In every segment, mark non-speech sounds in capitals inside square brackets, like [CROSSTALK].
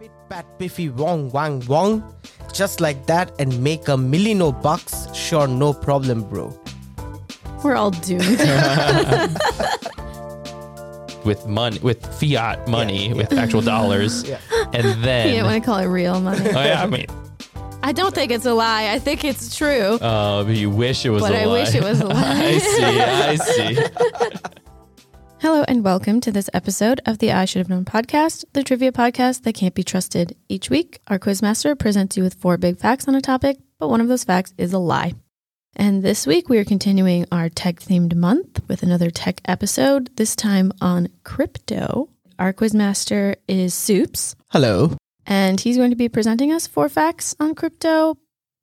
Bit bat biffy wong wang wong. Just like that and make a million o bucks. Sure, no problem, bro. We're all doomed. with money, with fiat money, with actual dollars, Yeah. [LAUGHS] and then you didn't want to call it real money. [LAUGHS] oh yeah, I mean, I don't think it's a lie. I think it's true. uh, but you wish it was. But a I lie. wish it [LAUGHS] was a lie. I see. I see. [LAUGHS] Hello and welcome to this episode of the I Should Have Known podcast, the trivia podcast that can't be trusted. Each week, our quizmaster presents you with four big facts on a topic, but one of those facts is a lie. And this week, we are continuing our tech themed month with another tech episode, this time on crypto. Our quizmaster is Soups, [GASPS] Hello. and he's going to be presenting us four facts on crypto,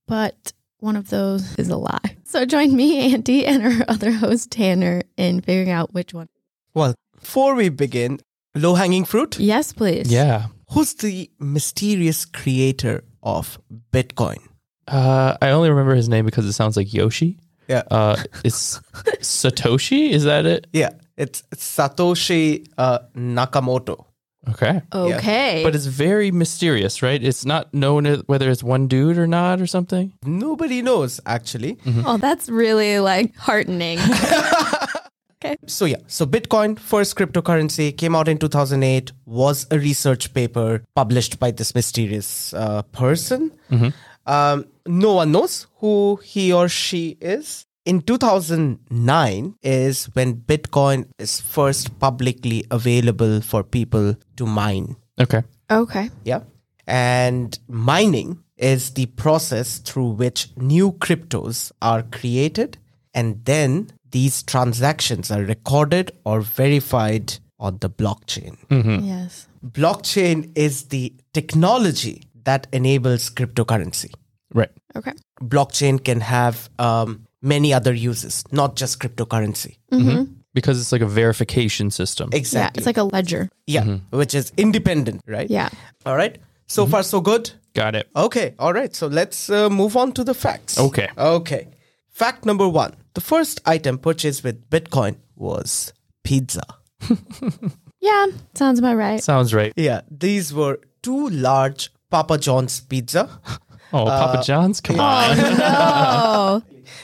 but one of those is a lie. So join me, Andy, and our other host, Tanner, in figuring out which one. Well, before we begin, low hanging fruit. Yes, please. Yeah. Who's the mysterious creator of Bitcoin? Uh, I only remember his name because it sounds like Yoshi. Yeah. Uh, it's Satoshi. Is that it? Yeah, it's Satoshi uh, Nakamoto. Okay. Okay. But it's very mysterious, right? It's not known whether it's one dude or not or something. Nobody knows actually. oh, that's really like [LAUGHS] heartening. So yeah, so Bitcoin, first cryptocurrency, came out in 2008, was a research paper published by this mysterious uh, person. Um, no one knows who he or she is. In 2009 is when Bitcoin is first publicly available for people to mine. Okay. okay. Yeah. And mining is the process through which new cryptos are created and then these transactions are recorded or verified on the blockchain. Hmm. Mm-hmm. Yes. Blockchain is the technology that enables cryptocurrency. Right. Okay. Blockchain can have um, many other uses, not just cryptocurrency. Because it's like a verification system. Hmm. Yeah. Exactly. It's like a ledger. Yeah, which is independent, right? Yeah. Mm-hmm. All right. So far, so good. Got it. Okay, all right. So let's uh, move on to the facts. Okay. Okay. Fact number one the first item purchased with Bitcoin was pizza. Yeah. Sounds about right. Sounds right. Yeah, these were two large Papa John's pizza, [LAUGHS] Oh, Uh, Papa John's? Come on. oh.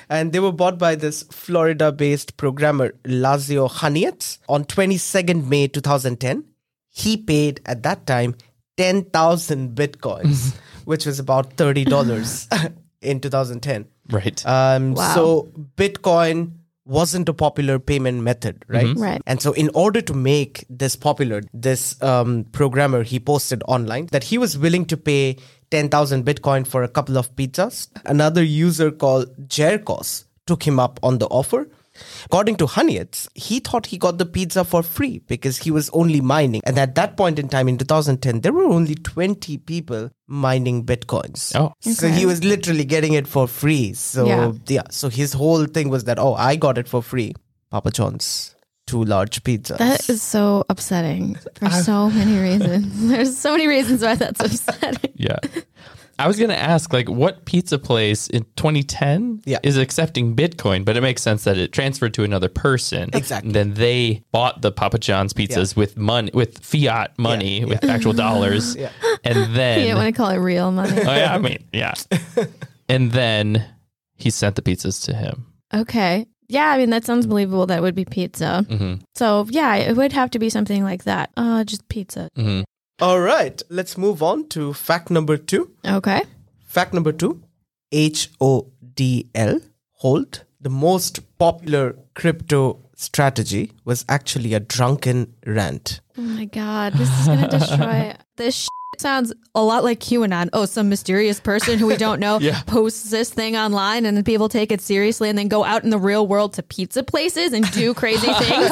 and they were bought by this Florida based programmer, Lazio Hanietz, on 22nd May 2010. He paid at that time 10,000 Bitcoins, which was about $30 [LAUGHS] in 2010. Right. Um, Wow. So Bitcoin wasn't a popular payment method, right? Right. And so, in order to make this popular, this um, programmer he posted online that he was willing to pay ten thousand Bitcoin for a couple of pizzas. Another user called Jerkos took him up on the offer. According to Hanietz, he thought he got the pizza for free because he was only mining. And at that point in time, in 2010, there were only 20 people mining bitcoins. Oh. So Okay. he was literally getting it for free. So yeah. Yeah. So his whole thing was that oh, I got it for free. Papa John's two large pizzas. That is so upsetting for so many reasons. [LAUGHS] There's so many reasons why that's upsetting. yeah. I was going to ask, like, what pizza place in 2010 Yeah. is accepting Bitcoin, but it makes sense that it transferred to another person. Exactly. And then they bought the Papa John's pizzas with money, with fiat money, Yeah. with actual [LAUGHS] dollars. Yeah. And You then, didn't want to call it real money. oh, yeah, I mean, [LAUGHS] yeah. and then he sent the pizzas to him. Okay. Yeah, I mean that sounds believable. That would be pizza. Mm-hmm. So yeah, it would have to be something like that. Uh, just pizza. Mm. All right. Let's move on to fact number two. Okay. Fact number two: H O D L hold the most popular crypto strategy was actually a drunken rant. Oh my god, this is gonna destroy. [LAUGHS] this sh- sounds a lot like QAnon. Oh, some mysterious person who we don't know [LAUGHS] Yeah. posts this thing online, and then people take it seriously, and then go out in the real world to pizza places and do [LAUGHS] crazy things.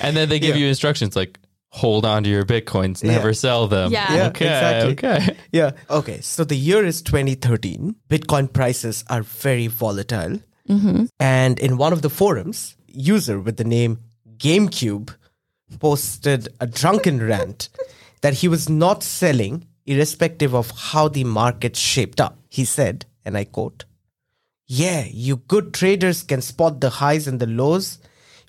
And then they give you instructions like, hold on to your Bitcoins, never sell them. Yeah. Yeah, okay. exactly. Okay. [LAUGHS] Yeah. Okay. So the year is 2013. Bitcoin prices are very volatile. And in one of the forums, user with the name GameCube posted a drunken rant that he was not selling irrespective of how the market shaped up. He said, and I quote, Yeah, you good traders can spot the highs and the lows.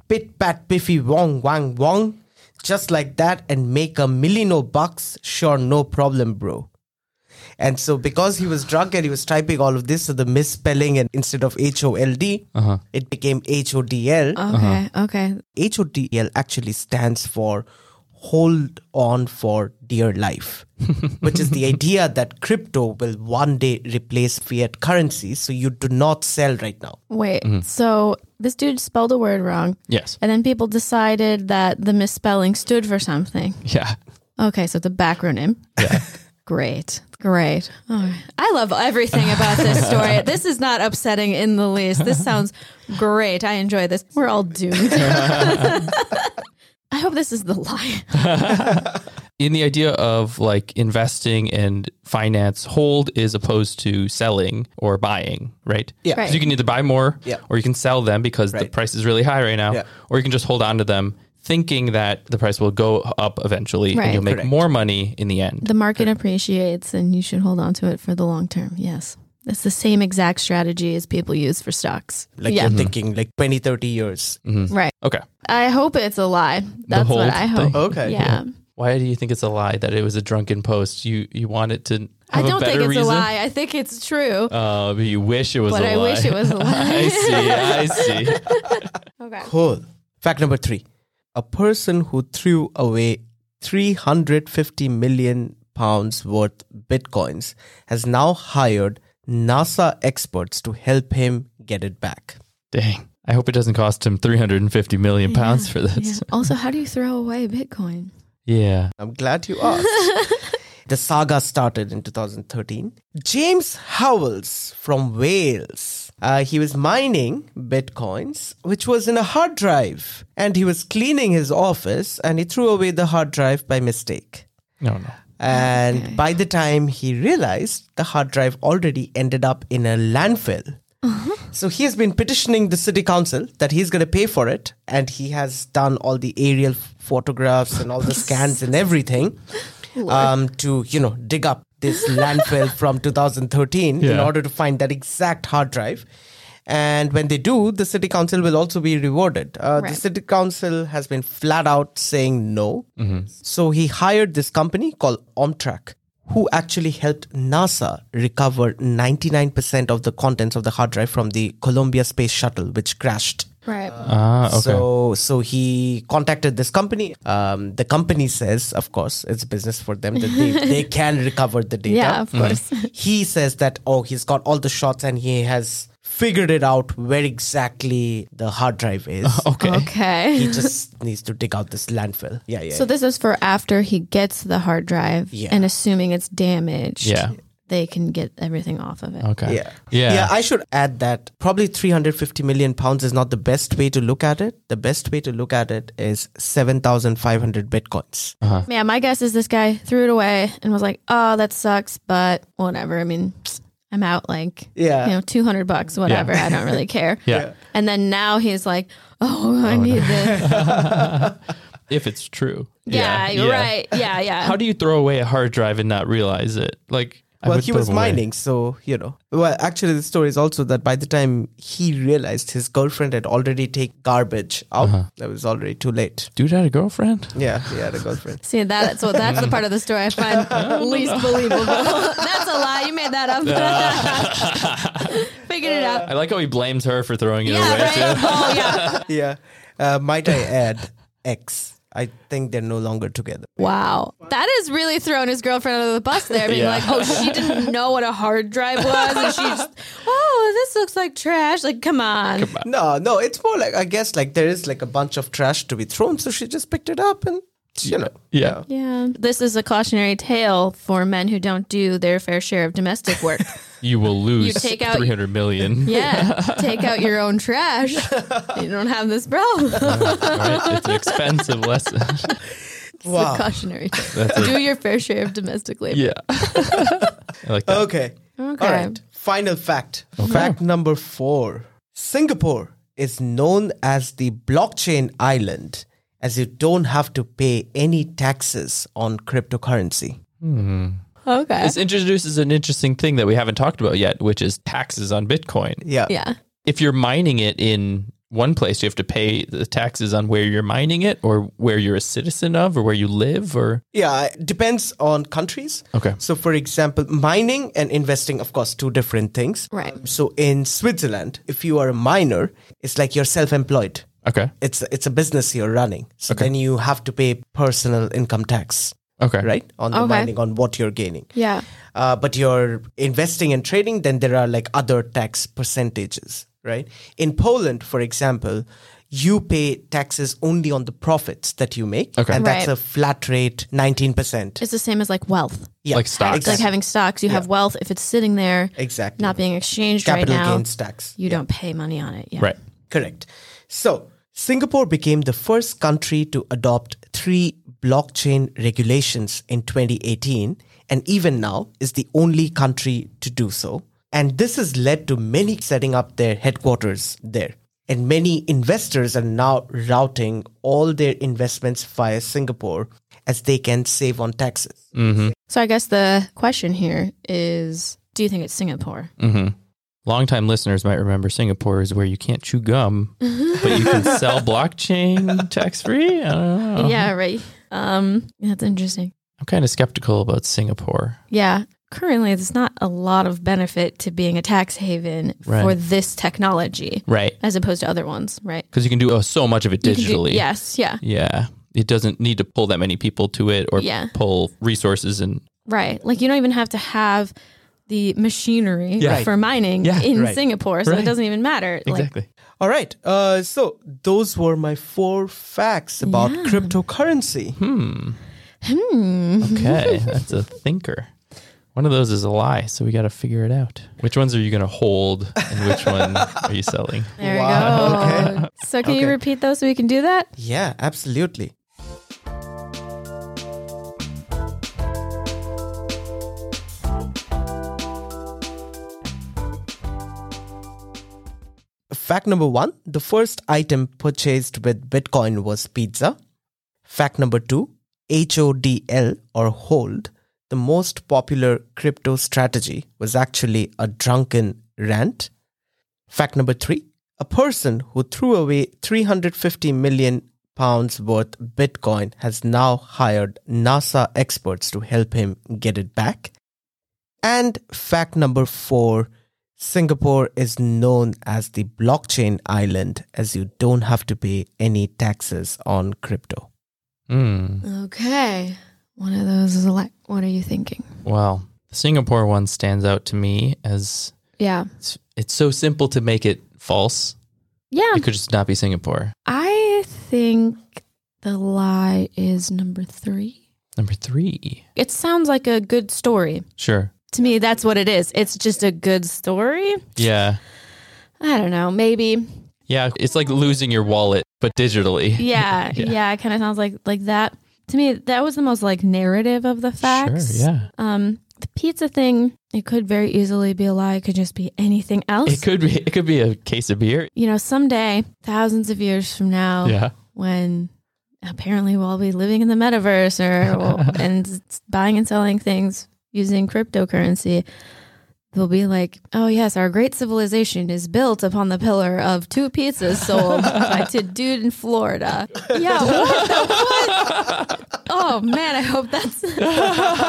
Pit pat piffy wong wang wong. just like that and make a million of bucks. Sure, no problem, bro. And so because he was drunk and he was typing all of this, so the misspelling and instead of H O L D, it became H O D L. Uh-huh. Okay. Okay. H O D L actually stands for hold on for dear life, which is the idea that crypto will one day replace fiat currency. So you do not sell right now. Wait. So this dude spelled a word wrong. Mm-hmm. Yes. And then people decided that the misspelling stood for something. Yeah. Okay, so it's a backronym. Yeah. [LAUGHS] Great. Great. Oh, I love everything about this [LAUGHS] story. This is not upsetting in the least. This sounds great. I enjoy this. We're all doomed. [LAUGHS] I hope this is the lie. In the idea of like investing and finance, hold is opposed to selling or buying, right? Yeah. Right. So you can either buy more Yeah. or you can sell them because the Right. price is really high right now, Yeah. or you can just hold on to them thinking that the price will go up eventually Right. and you'll make Correct. more money in the end. The market appreciates and you should hold on to it for the long term. Yes. It's the same exact strategy as people use for stocks. Like yeah. you're thinking like 20, 30 years. Right. Okay. I hope it's a lie. That's hold what I hope. thing. Okay. Yeah. Why do you think it's a lie that it was a drunken post? You you want it to I have a don't better think it's reason? a lie. I think it's true. Uh, but you wish it was But a I lie. wish it [LAUGHS] was a I lie. see. I [LAUGHS] see. okay. Cool. Fact number three a person who threw away 350 million pounds worth bitcoins has now hired NASA experts to help him get it back. Dang. I hope it doesn't cost him 350 million pounds for Yeah. this. [LAUGHS] Also, how do you throw away Bitcoin? Yeah. I'm glad you asked. the saga started in 2013. James Howells from Wales. Uh, he was mining bitcoins, which was in a hard drive, and he was cleaning his office, and he threw away the hard drive by mistake. No, no. And Okay. by the time he realized, the hard drive already ended up in a landfill. So he has been petitioning the city council that he's going to pay for it. And he has done all the aerial photographs and all the scans and everything um, to, you know, dig up this landfill from 2013 in Yeah. order to find that exact hard drive. And when they do, the city council will also be rewarded. Uh, Right. The city council has been flat out saying no. So he hired this company called Omtrack, who actually helped NASA recover 99% of the contents of the hard drive from the Columbia Space Shuttle, which crashed. Right. Ah, okay. So, so he contacted this company. Um, the company says, of course, it's business for them that they, [LAUGHS] they can recover the data Mm-hmm. yeah, of course. [LAUGHS] he says that oh he's got all the shots and he has figured it out where exactly the hard drive is [LAUGHS] okay. he [LAUGHS] Okay. just needs to dig out this landfill yeah yeah So yeah. this is for after he gets the hard drive Yeah. and assuming it's damaged. Yeah. They can get everything off of it. Okay. yeah. Yeah. I should add that probably 350 million pounds is not the best way to look at it. The best way to look at it is 7,500 bitcoins. Yeah, my guess is this guy threw it away and was like, "Oh, that sucks, but whatever. I mean, I'm out like, Yeah. you know, 200 bucks, whatever. I don't really care." Yeah. And then now he's like, "Oh, I need this." If it's true. Yeah, you're right. Yeah, yeah. How do you throw away a hard drive and not realize it? Like, I Well, would he throw was them away. mining, so, you know. Well, actually, the story is also that by the time he realized his girlfriend had already taken garbage out, that was already too late. Dude had a girlfriend? Yeah, he had a [LAUGHS] girlfriend. See that's what that's the part of the story I find least believable. that's a lie. You made that up. [LAUGHS] Figured it out. I like how he blames her for throwing it Yeah, away, right. too. Oh yeah. yeah. Uh, might I add, ex. I think they're no longer together. Wow. That is really throwing his girlfriend under the bus there, being Yeah. like, oh, she didn't know what a hard drive was. And she just, oh, this looks like trash. Like, come on. No, no, it's more like I guess like there is like a bunch of trash to be thrown, so she just picked it up and you know. Yeah. Yeah. This is a cautionary tale for men who don't do their fair share of domestic work. You will lose take out- 300 [LAUGHS] million. Yeah. Take out your own trash. You don't have this problem. All right? It's an expensive lesson. [LAUGHS] It's a cautionary tale. Do your fair share of domestic labor. yeah. I like that. Okay. Okay. All right. Final fact. Fact number four. Singapore is known as the blockchain island as you don't have to pay any taxes on cryptocurrency. Okay. This introduces an interesting thing that we haven't talked about yet, which is taxes on Bitcoin. Yeah. yeah. If you're mining it in one place you have to pay the taxes on where you're mining it or where you're a citizen of or where you live or Yeah, it depends on countries. Okay. So, for example, mining and investing, of course, two different things. Right. So, in Switzerland, if you are a miner, it's like you're self-employed. okay It's it's a business you're running. So then you have to pay personal income tax, okay right, on the Okay. mining on what you're gaining. Yeah. Uh, but you're investing and trading, then there are like other tax percentages, right? In Poland, for example, you pay taxes only on the profits that you make, Okay. and that's Right. a flat rate, nineteen percent. It's the same as like wealth. Yeah, Like stocks. It's like having stocks. You have wealth if it's sitting there, exactly not being exchanged capital right now. gains tax. You don't pay money on it. Yeah. right Correct. So, Singapore became the first country to adopt three blockchain regulations in 2018, and even now is the only country to do so. And this has led to many setting up their headquarters there. And many investors are now routing all their investments via Singapore as they can save on taxes. So I guess the question here is do you think it's Singapore? Mm-hmm. longtime listeners might remember singapore is where you can't chew [LAUGHS] gum but you can sell blockchain tax free i don't know Yeah, right. Um, that's interesting. i'm kind of skeptical about singapore Yeah. Currently, there's not a lot of benefit to being a tax haven for Right. this technology right as opposed to other ones, right? because you can do uh, so much of it You can do- digitally yes. Yeah. yeah it doesn't need to pull that many people to it or Yeah. pull resources and Right. Like you don't even have to have the machinery Yeah. for mining Yeah, in right. Singapore. So it Right. doesn't even matter. Like, All right. Uh, so, those were my four facts about Yeah. cryptocurrency. hmm hmm. [LAUGHS] Okay, that's a thinker. One of those is a lie, so we got to figure it out. Which ones are you going to hold, and which [LAUGHS] one are you selling? There Wow. you go. So can you Okay. repeat those so we can do that? Yeah, absolutely. Fact number one the first item purchased with Bitcoin was pizza. Fact number two HODL or hold, the most popular crypto strategy, was actually a drunken rant. Fact number three a person who threw away 350 million pounds worth Bitcoin has now hired NASA experts to help him get it back. And fact number four Singapore is known as the blockchain island as you don't have to pay any taxes on crypto. Hmm. Okay. One of those is a lie. What are you thinking? well, the Singapore one stands out to me as Yeah. it's, it's so simple to make it false. Yeah. It could just not be Singapore. I think the lie is number three. Number three, It sounds like a good story. sure, To me, that's what it is. It's just a good story. yeah, I don't know. Maybe. yeah. It's like losing your wallet, but digitally. Yeah. yeah. [LAUGHS] Yeah. it kind of sounds like like that. To me, that was the most like narrative of the facts. Sure, yeah. Um, the pizza thing, it could very easily be a lie. It could just be anything else. It could be. It could be a case of beer. you know, someday, thousands of years from now, Yeah. when apparently we'll all be living in the metaverse or we'll- and s- buying and selling things using cryptocurrency they'll be like oh yes our great civilization is built upon the pillar of two pizzas sold by to dude in florida yeah what the- what? oh man i hope that's [LAUGHS]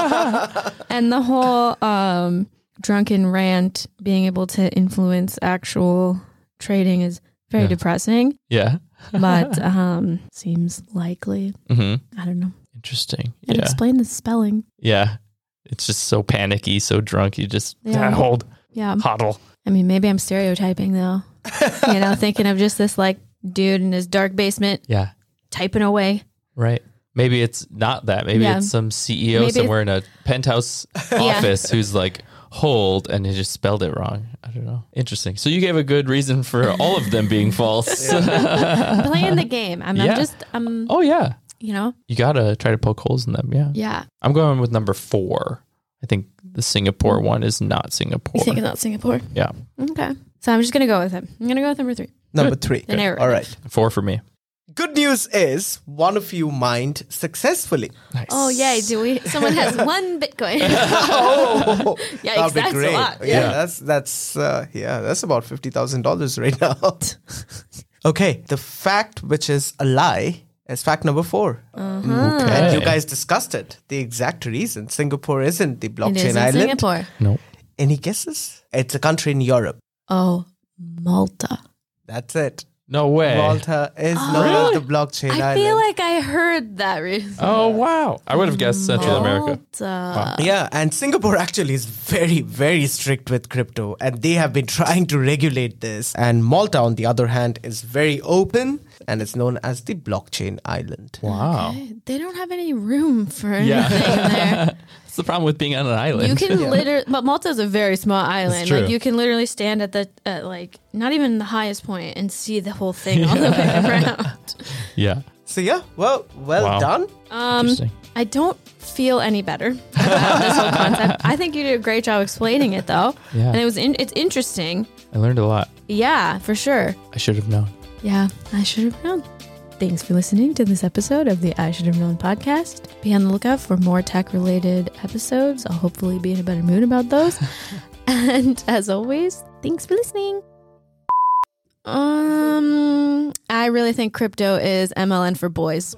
and the whole um drunken rant being able to influence actual trading is very Yeah. depressing [LAUGHS] Yeah. but um seems likely hmm i don't know Interesting. it yeah. explained the spelling Yeah. It's just so panicky, so drunk. You just Yeah. "Ah, [LAUGHS] hold, yeah hodl. i mean maybe i'm stereotyping [LAUGHS] though you know thinking of just this like dude in his dark basement Yeah. typing away Right. Maybe it's not that. Maybe Yeah. it's some CEO Maybe- somewhere in a [LAUGHS] penthouse office who's like, hold, and he just spelled it wrong. I don't know. Interesting. So you gave a good reason for all of them [LAUGHS] being false. playing the game i'm, I'm Uh-huh. Yeah. just i'm [LAUGHS] oh, yeah. you know You got to try to poke holes in them. Yeah. yeah I'm going with number four. I think the Singapore one is not Singapore. you think about singapore yeah. okay so i'm just gonna go with him i'm gonna go with number three Number three. the narrative All right. Four for me. Good news is one of you mined successfully. Nice. oh yay do we someone [LAUGHS] has one bitcoin [LAUGHS] oh, Yikes, that's a lot. Yeah, Yeah. that's that's uh, yeah, that's about fifty thousand dollars right now. [LAUGHS] Okay, the fact which is a lie is fact number 4 Uh-huh. And you Okay. guys discussed it. The exact reason Singapore isn't the It blockchain is in island. Singapore. No. Any guesses? It's a country in Europe. Oh, Malta. That's it. No Eh. way. Malta is not on the blockchain Oh, I island. feel like I heard that reason. Oh wow. I would have guessed Oh. Central America. Malta. yeah, and Singapore actually is very, very strict with crypto, and they have been trying to regulate this. And Malta, on the other hand, is very open and it's known as the blockchain island. Wow. They don't have any room for Yeah. anything [LAUGHS] there. That's the problem with being on an island. You can literally, but Malta is a very small island. Like true. you can literally stand at the at like not even the highest point and see the whole thing all the way [LAUGHS] around. [LAUGHS] yeah. So, yeah, well, well Wow. done. Interesting. Um, I don't feel any better about this whole [LAUGHS] concept. I think you did a great job explaining it though, Yeah. and it was in, it's interesting. I learned a lot. Yeah, for sure. I should have known. Yeah, I should have known. Thanks for listening to this episode of the I Should Have Known podcast. Be on the lookout for more tech related episodes. I'll hopefully be in a better mood about those. and as always, thanks for listening. Um, I really think crypto is MLN for boys.